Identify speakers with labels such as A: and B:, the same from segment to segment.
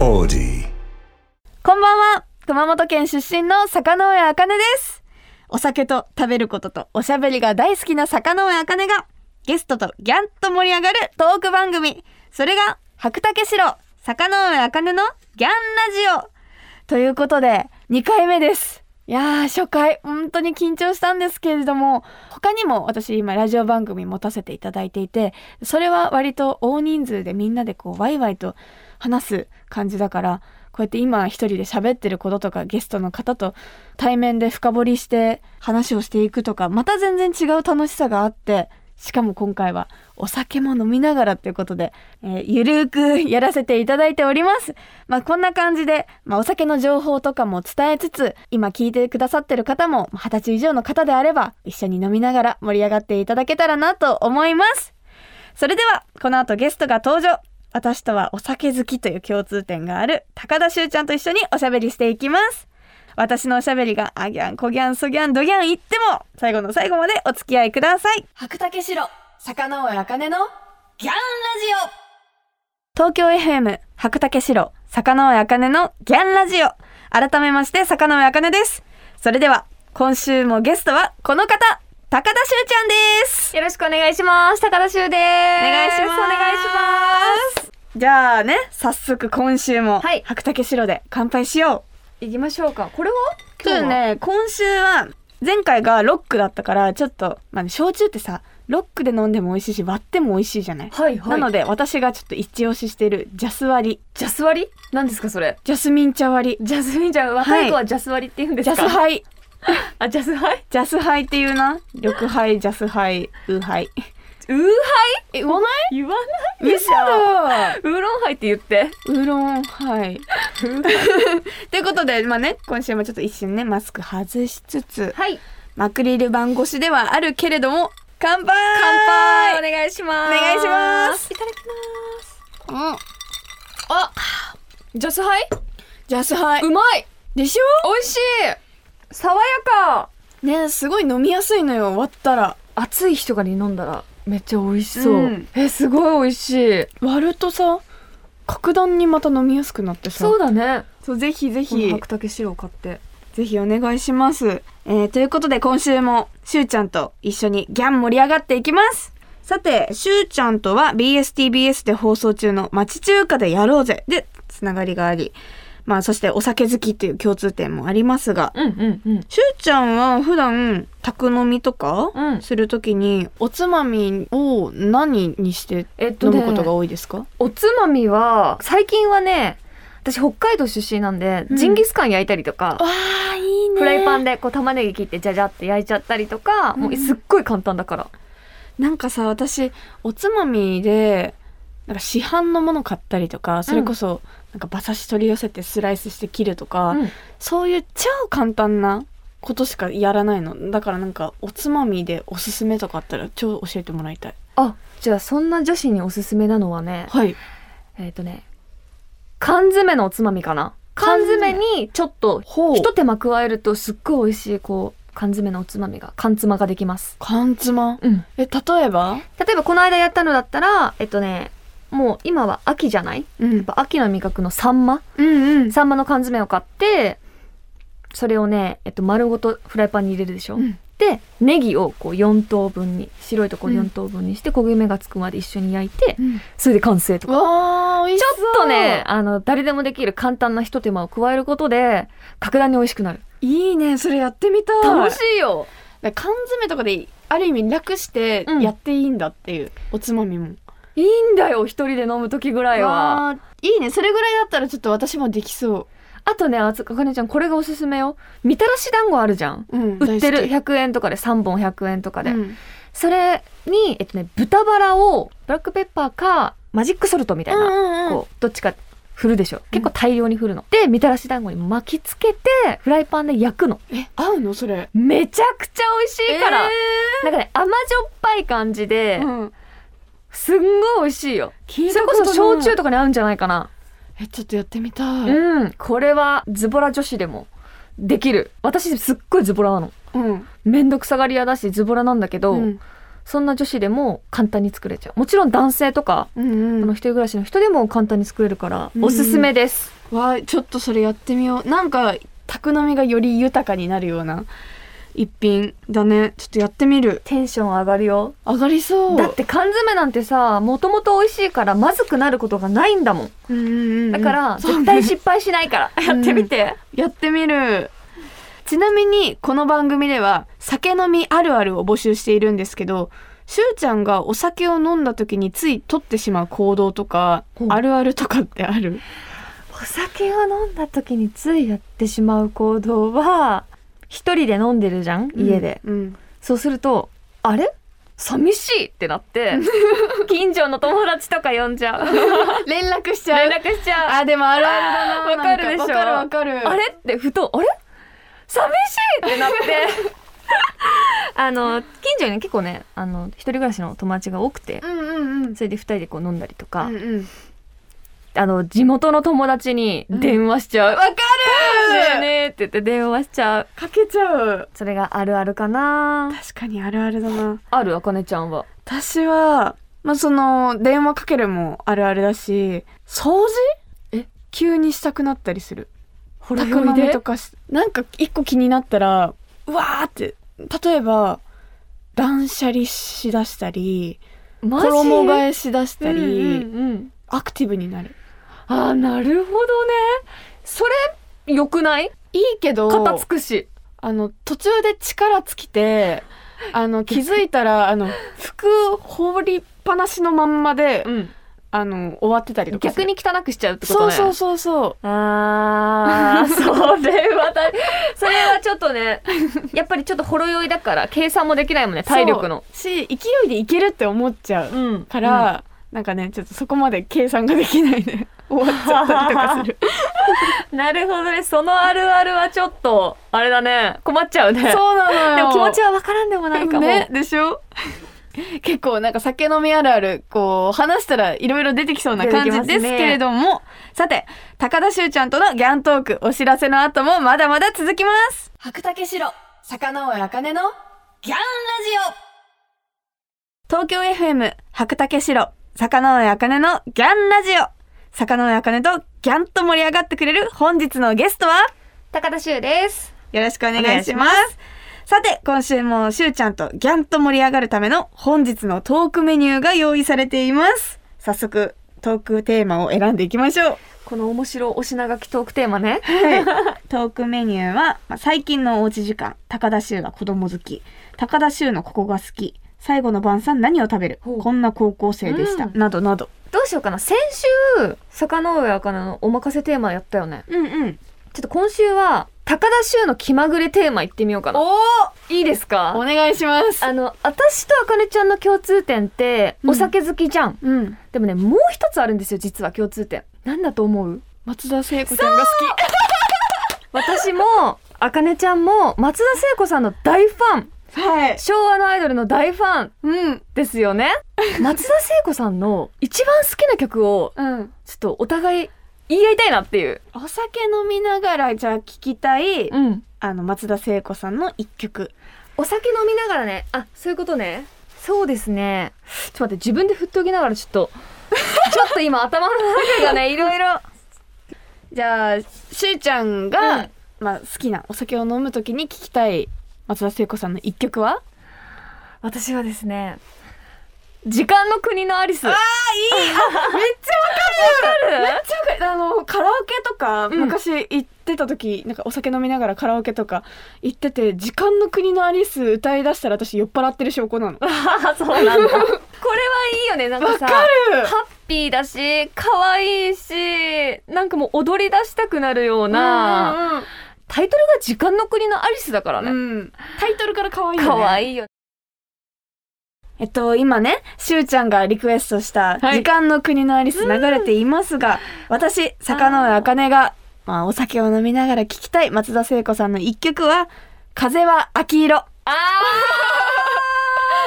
A: Audi.
B: こんばんは熊本県出身の坂上茜ですお酒と食べることとおしゃべりが大好きな坂上茜がゲストとギャンと盛り上がるトーク番組それが白竹城坂上茜のギャンラジオということで2回目ですいやー初回本当に緊張したんですけれども他にも私今ラジオ番組持たせていただいていてそれは割と大人数でみんなでこうワイワイと話す感じだからこうやって今一人で喋ってることとかゲストの方と対面で深掘りして話をしていくとかまた全然違う楽しさがあってしかも今回はお酒も飲みながらということで、えーゆるーくやらせていただいております。まあこんな感じで、まあお酒の情報とかも伝えつつ、今聞いてくださってる方もまあ20歳以上の方であれば、一緒に飲みながら盛り上がっていただけたらなと思います。それでは、この後ゲストが登場。私とはお酒好きという共通点がある高田修ちゃんと一緒におしゃべりしていきます。私のおしゃべりがあギャン、こギャン、そギャン、ドギャン言っても、最後の最後までお付き合いください。白竹城、坂上茜のギャンラジオ東京 FM 白竹城坂上茜のギャンラジオ改めまして坂上茜ですそれでは今週もゲストはこの方高田修ちゃんです
C: よろしくお願いします。高田修です。お
B: お
C: 願
B: 願いします
C: お願いします。
B: すじゃあね早速今週も
C: はい
B: 白竹城で乾杯しよ
C: 行きましょうか。これは
B: う、そうね今週は前回がロックだったからちょっとまあね焼酎ってさロックで飲んでも美味しいし割っても美味しいじゃない、
C: はいはい。
B: なの
C: で、
B: で私がちょっと一押ししてるジャス割り
C: ジャス割り何ですかそれ。
B: ジャスミン茶割り
C: ジャスミンちゃん、若い子はジャス割りって言うんで
B: ジ
C: す
B: ャ
C: か
B: スハイ
C: あ、ジャスハイ
B: ジャスハイっていうな。緑ハイ、ジャスハイ、ウーハイ。
C: ウーハイ
B: え、言わない
C: 言わないでし
B: 嘘
C: ょ。
B: だ
C: ウーロンハイって言って。
B: ウーロンハ イ。ということで、まあね、今週もちょっと一瞬ね、マスク外しつつ、
C: はい。
B: アクリル板越しではあるけれども、乾杯
C: 乾杯お願いします。
B: お願いします
C: いただきます。
B: うん
C: あ、ジャスハイ
B: ジャスハイ
C: う。まい
B: でしょ
C: 美味しい爽やか
B: ね、すごい飲みやすいのよ、割ったら。
C: 暑い日とかに飲んだらめっちゃ美味しそう、
B: うん
C: えすごい美味しい
B: 割るとさ、格段にまた飲みやすくなってさ。
C: そうだね
B: そう、ぜひぜ
C: この白竹白を買って
B: ぜひお願いします。えーということで今週もしゅうちゃんと一緒にギャン盛り上がっていきます。さて、しゅうちゃんとは BSTBS で放送中の町中華でやろうぜでつながりがあり、まあそしてお酒好きという共通点もありますが、
C: うんうんうん
B: しゅうちゃんは普段宅飲みとか
C: うん
B: するときにおつまみを何にして
C: えっと
B: 飲
C: ね
B: むことが多いですか、
C: おつまみは最近はね私北海道出身なんで、
B: うん
C: ジンギスカン焼いたりとか
B: わあいいね
C: フライパンでこう玉ねぎ切ってじゃじゃって焼いちゃったりとか、も
B: うん
C: うすっごい簡単だから
B: なんかさ私おつまみでなんか市販のもの買ったりとかそれこそなんか馬刺し取り寄せてスライスして切るとか、
C: うん
B: そういう超簡単なことしかやらないのだからなんかおつまみでおすすめとかあったら超教えてもらいたい
C: あじゃあそんな女子におすすめなのはね
B: はい
C: えっ、とね缶詰のおつまみかな缶詰にちょっと
B: ほう
C: 一手間加えるとすっごい美味しいこう缶詰のおつまみが缶つまができます
B: 缶つま
C: うん
B: え例えば
C: 例えばこの間やったのだったらえっとねもう今は秋じゃない
B: うん
C: やっぱ秋の味覚のサンマ
B: うんうん
C: サンマの缶詰を買ってそれをね、えっと、丸ごとフライパンに入れるでしょ、
B: うん
C: でネギをこう4等分に白いとこ
B: うん
C: 4等分にして焦げ目がつくまで一緒に焼いて
B: うん
C: それで完成とか
B: わあ美味し
C: ち
B: そう
C: ょっとねあの誰でもできる簡単な一手間を加えることで格段に美味しくなる
B: いいねそれやってみたい
C: 楽しいよ
B: だから缶詰とかである意味楽して
C: うん
B: やっていいんだっていう、おつまみも
C: いいんだよ一人で飲む時ぐらいは
B: わーいいねそれぐらいだったらちょっと私もできそ
C: あとねあつかかねちゃんこれがおすすめよみたらし団子あるじゃん
B: う、うん
C: 売ってる
B: 大好
C: 100円とかで3本100円とか
B: き
C: で、
B: うん
C: それに、えっとね、豚バラをブラックペッパーかマジックソルトみたいな、
B: うんうんうん
C: こうどっちか振るでしょ結構大量に振るの、でみたらし団子に巻きつけてフライパンで焼くの
B: え合うのそれ
C: めちゃくちゃ美味しいから、
B: え
C: なんかね甘じょっぱい感じで、
B: ーうん
C: すんごい美味しいよ
B: 聞い
C: そ
B: た
C: れ
B: こ
C: こと
B: ない
C: そ焼酎とかに合うんじゃないかな
B: えちょっとやってみたい
C: うんこれはズボラ女子でもできる私すっごいズボラなの
B: うん
C: めんどくさがり屋だしズボラなんだけど、
B: うん
C: そんな女子でも簡単に作れちゃうもちろん男性とか、
B: うん
C: この一人暮らしの人でも簡単に作れるから、おすすめです
B: わあちょっとそれやってみようなんか宅飲みがより豊かになるような一品だねちょっとやってみる
C: テンション上がるよ
B: 上がりそう
C: だって缶詰なんてさもともと美味しいからまずくなることがないんだもん
B: うんうんうん
C: だから
B: そう
C: 絶対失敗しないからやってみて、
B: やってみるちなみにこの番組では酒飲みあるあるを募集しているんですけどしゅうちゃんがお酒を飲んだ時につい取ってしまう行動とか
C: ほう
B: あるあるとかってある
C: お酒を飲んだ時についやってしまう行動は一人で飲んでるじゃん家で、
B: うん
C: そうするとあれ寂しいってなって 近所の友達とか呼んじゃう
B: 連絡しちゃ
C: 連
B: う
C: 絡しちゃう
B: あでもあるあるだな
C: わかるでしょ
B: なんわかるわかる
C: あれってふとあれ寂しいってなって あの近所に結構ねあの一人暮らしの友達が多くて
B: うんうんうん
C: それで二人でこう飲んだりとか、
B: うんうん
C: あの地元の友達に電話しちゃう、
B: わか
C: ねえ
B: る
C: ねえって言って電話しちゃう
B: かけちゃう
C: それがあるあるかな
B: 確かにあるあるだな
C: あるあかねちゃんは
B: 私は、まあ、その、電話かけるもあるあるだし、掃除
C: え
B: 急にしたくなったりする。ほ
C: ら酔いで
B: とかし、なんか一個気になったら、うわーって、例えば、断捨離しだしたり、
C: マ
B: 衣替
C: え
B: えしだしたり、アクティブになる。
C: あーなるほどねそれ良くない
B: いいけど、
C: 片付くし
B: あの、途中で力尽き て、あの、気づいたら、あの、服放りっぱなしのまんまで、あの、終わってたりとかす
C: 逆
B: る。
C: に汚くしちゃうってことね
B: そうそうそうそう。
C: あーそれはだそれはちょっとねやっぱりちょっとほろ酔いだから計算もできないもんね体力の
B: そうし勢いでいけるって思っちゃう
C: うん
B: から、なんかねちょっとそこまで計算ができないで終わっちゃったりとかす る
C: なるほどねそのあるあるはちょっとあれだね困っちゃうね
B: そうなのよ
C: でも気持ちはわからんでもないかも、
B: ねでしょ結構なんか酒飲みあるあるこう話したらいろいろ出てきそうな感じですけれども、さて高田修ちゃんとのギャントークお知らせの後もまだまだ続きます白竹城坂上茜のギャンラジオ東京 FM 白竹城坂上茜のギャンラジオ坂上茜とギャンと盛り上がってくれる本日のゲストは
C: 高田修です
B: よろしくお願いします。さて、今週もしゅうちゃんとギャンと盛り上がるための本日のトークメニューが用意されています。早速、トークテーマを選んでいきましょう。
C: この面白お品書きトークテーマね
B: はい、トークメニューは、まあ、最近のおうち時間高田修が子供好き高田修のここが好き最後の晩餐何を食べる
C: ほう
B: こんな高校生でした、
C: うん
B: などなど
C: どうしようかな先週坂上茜のお任せテーマやったよね
B: うんうん
C: ちょっと今週は高田修の気まぐれテーマいってみようかな
B: お
C: いいです
B: お
C: か
B: 願いします
C: あの私と茜ちゃんの共通点って
B: うん
C: お酒好きじゃん、
B: うん
C: でもねもう一つあるんですよ実は共通点なんだと思う
B: 松田聖子ちゃんが好き
C: 私も茜ちゃんも松田聖子さんの大ファン
B: はい
C: 昭和のアイドルの大ファン
B: うん
C: ですよね松田聖子さんの一番好きな曲を
B: うん
C: ちょっとお互い言い合いたいなっていう、
B: お酒飲みながらじゃあ聞きたい、
C: うん、
B: あの松田聖子さんの一曲
C: お酒飲みながらねあそういうことねそうですねちょっと待って自分で振っておきながらちょっとちょっと今頭の中がねいろいろ、
B: じゃあしゅうちゃんが、まあ、好きなお酒を飲むときに聞きたい松田聖子さんの一曲は
C: 私はですね時間の国のアリスわ
B: めっち
C: かる
B: ゃめっちゃわかるあのカラオケとか、
C: うん
B: 昔行ってた時なんかお酒飲みながらカラオケとか行ってて「時間の国のアリス」歌いだしたら私酔っ払ってる証拠なの。わ
C: あー そうなんだこれはいいよねなんかさ
B: かる
C: ハッピーだし可愛いしなんかもう踊り出したくなるようなタイトルが「時間の国のアリス」だから
B: うんう
C: ね
B: んうんタイトルから可愛いよね。
C: 可愛、いよね
B: えっと、今ね、しゅうちゃんがリクエストした、
C: はい
B: 時間の国のアリス流れていますが、私、坂上茜が、まあ、お酒を飲みながら聞きたい松田聖子さんの一曲は、風は秋色。
C: あ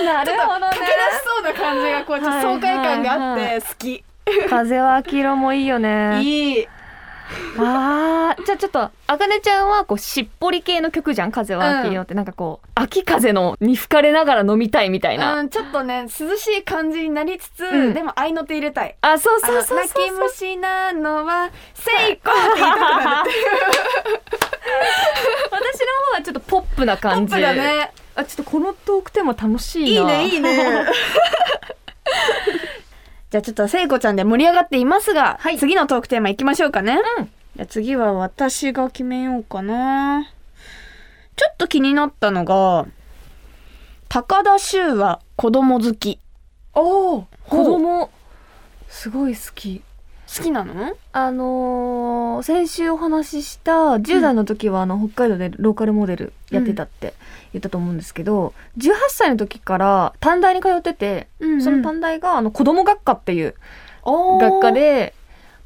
C: ーなるほどね
B: そうな感じが、こう、
C: ちょっと爽快感があって
B: 好き。
C: 風は黄色もいいよね
B: いい。
C: あーじゃあちょっとあかねちゃんはこうしっぽり系の曲じゃん風はっていうのって、なんかこう秋風のに吹かれながら飲みたいみたいな、
B: うん、ちょっとね涼しい感じになりつつ、
C: うん
B: でも合いの手入れたい
C: あそう
B: あ
C: そう
B: の
C: そうそう
B: 泣き虫なのはセイコーって言いたくな る
C: 私の方はちょっとポップな
B: ポ
C: 感
B: ッ
C: じ
B: プだね
C: あちょっとこのトークテーマ楽しい
B: いい
C: な
B: ねいいね じゃあちょっと聖子ちゃんで盛り上がっていますが、
C: はい
B: 次のトークテーマいきましょうかね
C: うん
B: じゃあ次は私が決めようかなちょっと気になったのが高田修は子供好き
C: おお
B: ほう
C: 子供すごい好き
B: 好きなの
C: あのー先週お話しした10代の時はあの北海道でローカルモデルやってたって言ったと思うんですけど、18歳の時から短大に通ってて、
B: うんうん
C: その短大があの子供学科っていう
B: 学
C: 学科で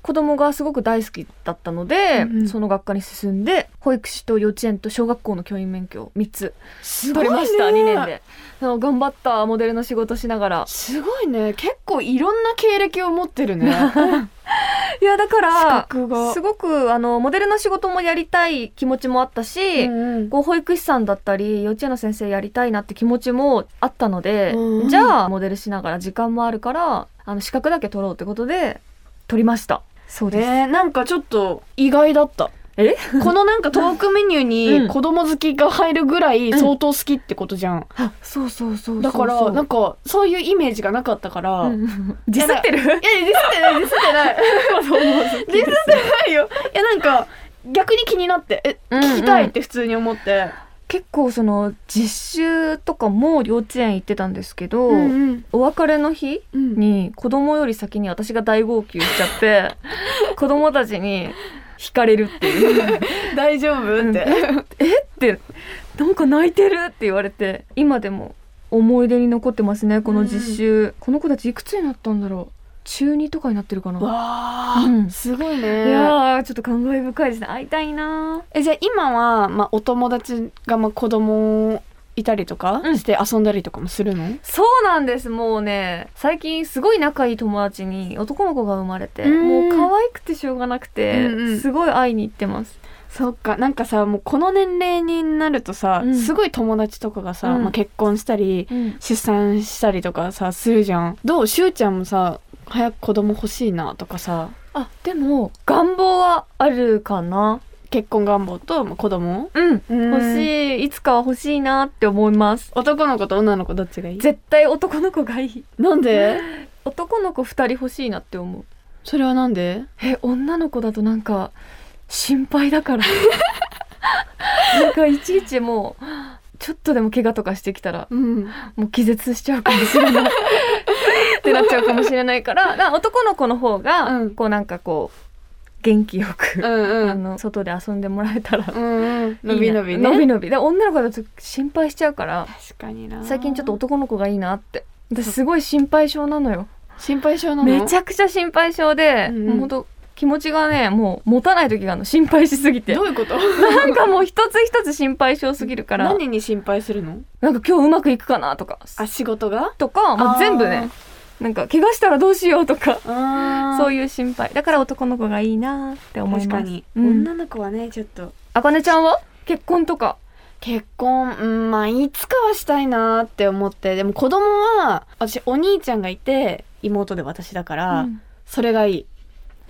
C: 子供がすごく大好きだったので、
B: うんうん
C: その学科に進んで保育士と幼稚園と小学校の教員免許を3つ
B: すご
C: 取
B: い
C: り
B: ね
C: ました、2年であの頑張ったモデルの仕事しながら
B: すごいね結構いろんな経歴を持ってる ね
C: いやだか
B: 資
C: ら
B: 格が
C: すごくあのモデルの仕事もやりたい気持ちもあったし、
B: うん
C: こう保育士さんだったり幼稚園の先生やりたいなって気持ちもあったので、
B: うん
C: じゃあモデルしながら時間もあるからあの資格だけ取ろうってことで取りましたそうです、
B: ねなんかちょっと意外だった
C: え
B: このなんかトークメニュー
C: う
B: に
C: ん
B: 子供好きが入るぐらい相当好きってことじゃん、
C: あそうそうそうそう
B: だからなんかそういうイメージがなかったから、
C: う
B: い
C: んうん ディスってる
B: やディスってないディスってないデ ィスってないよいやなんか逆に気になってえ
C: うんうん
B: 聞きたいって普通に思って、
C: 結構その実習とかも幼稚園行ってたんですけど、
B: うん
C: お別れの日
B: うん
C: に子供より先に私が大号泣しちゃって 子供たちに惹かれるって いう
B: 大丈夫って、
C: ってなんか泣いてるって言われて今でも思い出に残ってますねこの実習、この子たちいくつになったんだろう中2とかになってるかな、
B: わあ、
C: うん
B: すごい
C: い
B: ね
C: やーちょっと感慨深いですね会いたいな
B: えじゃあ今は、まあ、お友達が、まあ、子供いたりとか
C: うん
B: して遊んだりとかもするの、
C: そうなんですもうね最近すごい仲いい友達に男の子が生まれて
B: うん
C: もう可愛くてしょうがなくて、
B: うんうん
C: すごい会いに行ってます
B: そっかなんかさもうこの年齢になるとさ、
C: うん
B: すごい友達とかがさ、
C: うん
B: まあ、結婚したり
C: うん
B: 出産したりとかさするじゃんどうしゅうちゃんもさ早く子供欲しいなとかさ
C: あでも願望はあるかな
B: 結婚願望と、まあ、子供
C: うん
B: 欲
C: 欲し
B: い
C: いいつかは欲しいなって思います
B: 男の子と女の子どっちがいい
C: 絶対男の子がいい
B: なんで
C: 男の子2人欲しいなって思う
B: それはなんで
C: え女の子だとなんか心配だから なんかいちいちもうちょっとでも怪我とかしてきたら
B: うん
C: もう気絶しちゃうかもしれない ってなっちゃうかもしれないからな男の子の方が、
B: うん
C: こうなんかこう元気よ
B: う
C: く、
B: んう
C: あ
B: ん
C: の外で遊んでもらえたらいい
B: うんうん
C: な
B: 伸び伸び
C: 伸
B: ね
C: び伸びで女の子だと心配しちゃうから
B: 確かにな
C: 最近ちょっと男の子がいいなって私すごい心配性なのよ
B: 心配性なの
C: めちゃくちゃ心配性で、
B: うん
C: もうほんと気持ちがねもう持たない時があるの心配しすぎて
B: どういうこと
C: なんかもう一つ一つ心配性すぎるから
B: 何に心配するの
C: なんか今日うまくいくかなとか
B: あ仕事が
C: とか、もう全部ねなんか怪我したらどうしようとか
B: そ
C: そうう
B: い
C: いう心配だから男の子がいいなって
B: う
C: 思い
B: 確
C: ます
B: かに、
C: うん
B: 女の子はねちょっと
C: あかねちゃんは結婚とか
B: 結婚うんまあいつかはしたいなって思ってでも子供は私お兄ちゃんがいて妹で私だから、
C: うん
B: それがいい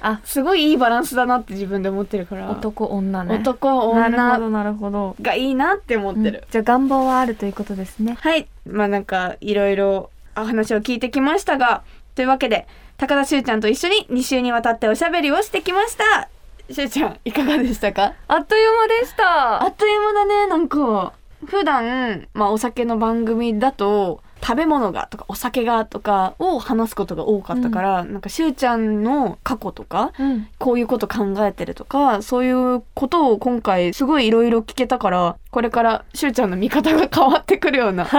C: あ
B: すごいいいバランスだなって自分で思ってるから
C: 男女ね
B: 男
C: なるほ
B: 女
C: どなるほど
B: がいいなって思ってる
C: う、んじゃあ願望はあるということですね
B: はいまあなんかいろいろお話を聞いてきましたがというわけで高田しゅうちゃんと一緒に2週にわたっておしゃべりをしてきましたしゅうちゃんいかがでしたか
C: あっという間でした
B: あっという間だねなんか普段まあお酒の番組だと食べ物がとかお酒がとかを話すことが多かったから、なんかしゅうちゃんの過去とか
C: うん
B: こういうこと考えてるとかそういうことを今回すごいいろいろ聞けたからこれからしゅうちゃんの見方が変わってくるような気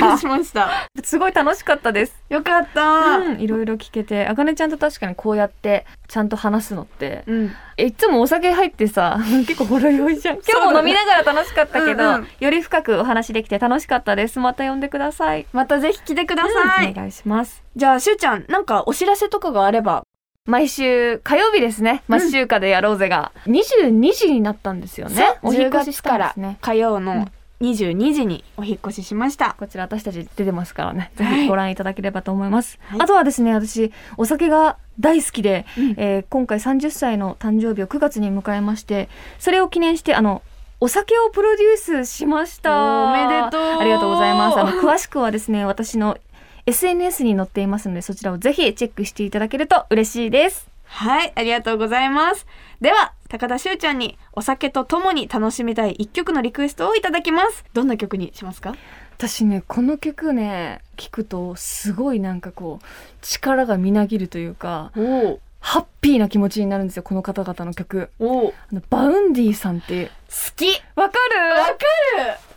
B: がしました。
C: すごい楽しかったです。
B: よかった。
C: うん、いろいろ聞けて、あかねちゃんと確かにこうやってちゃんと話すのって、
B: うん。
C: えいつもお酒入ってさ、 結構ほろ酔いじゃん。今
B: そう
C: 日も
B: だ
C: 飲
B: ね
C: みながら楽しかったけど、
B: うんうん
C: より深くお話できて楽しかったです。また呼んでください。
B: またぜひ来てください。
C: うんお願いします。
B: じゃあ、しゅうちゃん、なんかお知らせとかがあれば。
C: 毎週火曜日ですね。
B: うん
C: マッシュカでやろうぜが、22時になったんですよね。お引
B: 10
C: っ越しし
B: 月
C: た
B: か
C: んで
B: ら
C: すね。
B: 火曜
C: う
B: の
C: ん
B: 22時にお引っ越ししました。
C: こちら私たち出てますからね、
B: はい
C: ぜひご覧いただければと思います。
B: はい
C: あとはですね、私、お酒が大好きで、
B: うん
C: えー今回30歳の誕生日を9月に迎えまして、それを記念して、あの、お酒をプロデュースしました。
B: おめでとう
C: ありがとうございます。あの、詳しくはですね、私の SNS に載っていますので、そちらをぜひチェックしていただけると嬉しいです。
B: はい、ありがとうございます。では、高田修ちゃんにお酒とともに楽しみたい一曲のリクエストをいただきます。どんな曲にしますか
C: 私ねこの曲ね聞くとすごいなんかこう力がみなぎるというか
B: おお
C: ハッピーな気持ちになるんですよこの方々の曲
B: お好
C: あのバウンディさんって
B: きわ
C: わか
B: か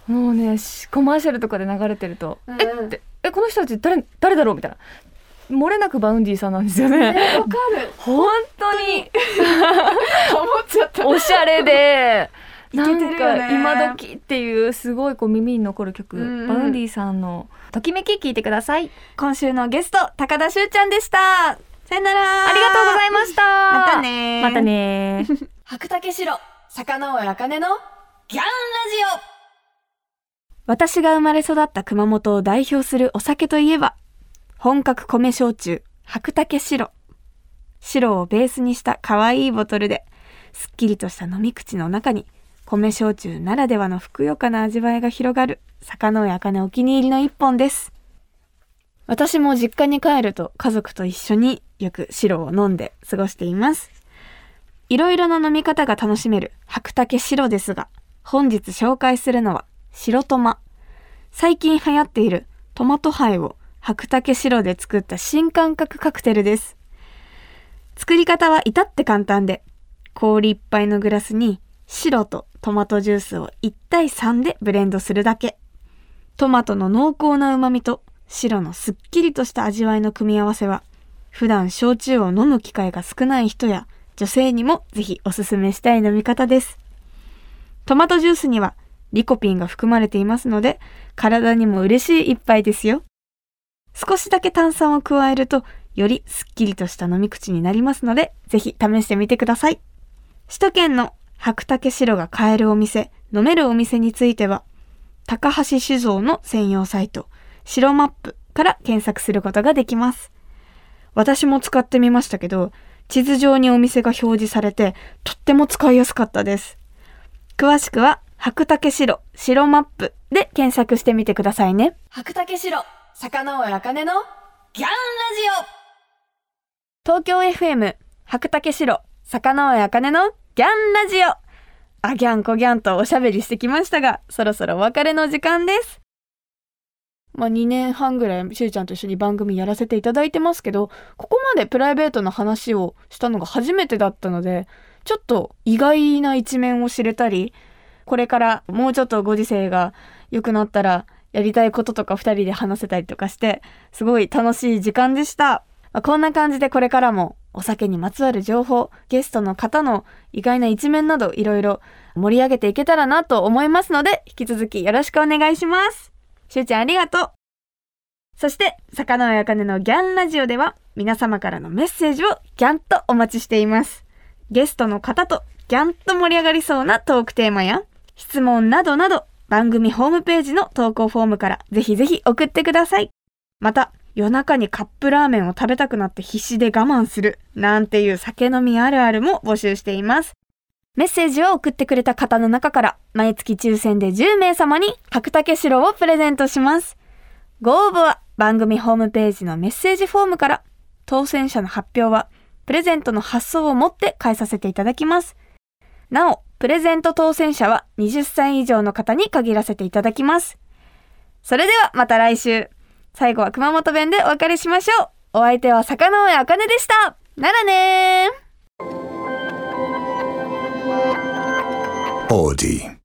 C: るもうねしコマーシャルとかで流れてると
B: る
C: えってえこの人たち誰誰だろうみたいな漏れなくバウンディさんなんですよね
B: わかる
C: 本当に
B: 思っちゃった
C: おしゃれで
B: イ
C: な
B: ケてる
C: ん
B: よね
C: か今時っていうすごいこう耳に残る曲、
B: うんうん
C: バウンディさんのときめき聞いてください
B: 今週のゲスト、高田修ちゃんでした。さよなら。
C: ありがとうございました。
B: また。ね
C: また。ね。
B: 白竹城、坂上茜のギャンラジオ私が生まれ育った熊本を代表するお酒といえば、本格米焼酎、白竹白。白をベースにした可愛いボトルで、すっきりとした飲み口の中に、米焼酎ならではのふくよかな味わいが広がる、坂上茜お気に入りの一本です。私も実家に帰ると家族と一緒によく白を飲んで過ごしています。いろいろな飲み方が楽しめる白竹白ですが、本日紹介するのは白トマ。最近流行っているトマトハイを白竹白で作った新感覚カクテルです。作り方は至って簡単で、氷いっぱいのグラスに白とトマトジュースを1対3でブレンドするだけ。トマトの濃厚な旨味と白のすっきりとした味わいの組み合わせは、普段焼酎を飲む機会が少ない人や女性にもぜひおすすめしたい飲み方です。トマトジュースにはリコピンが含まれていますので、体にも嬉しい一杯ですよ。少しだけ炭酸を加えると、よりすっきりとした飲み口になりますので、ぜひ試してみてください。首都圏の白竹白が買えるお店、飲めるお店については、高橋酒造の専用サイト、白マップから検索することができます。私も使ってみましたけど、地図上にお店が表示されて、とっても使いやすかったです。詳しくは、白竹白、白マップで検索してみてくださいね。白竹白、坂上茜のギャンラジオ東京 FM、白竹白、坂上茜のギャンラジオあギャンこギャンとおしゃべりしてきましたが、そろそろお別れの時間です。まあ2年半ぐらい、しゅうちゃんと一緒に番組やらせていただいてますけど、ここまでプライベートの話をしたのが初めてだったので、ちょっと意外な一面を知れたり、これからもうちょっとご時世が良くなったら、やりたいこととか二人で話せたりとかして、すごい楽しい時間でした。まあこんな感じでこれからもお酒にまつわる情報、ゲストの方の意外な一面などいろいろ盛り上げていけたらなと思いますので、引き続きよろしくお願いします。しゅうちゃんありがとう。そして、坂上茜のギャンラジオでは、皆様からのメッセージをギャンとお待ちしています。ゲストの方とギャンと盛り上がりそうなトークテーマや、質問などなど、番組ホームページの投稿フォームからぜひぜひ送ってください。また、夜中にカップラーメンを食べたくなって必死で我慢する、なんていう酒飲みあるあるも募集しています。メッセージを送ってくれた方の中から、毎月抽選で10名様に白竹城をプレゼントします。ご応募は番組ホームページのメッセージフォームから、当選者の発表は、プレゼントの発送をもって返させていただきます。なお、プレゼント当選者は20歳以上の方に限らせていただきます。それではまた来週。最後は熊本弁でお別れしましょう。お相手は坂上茜でした。ならねー。
A: Audi.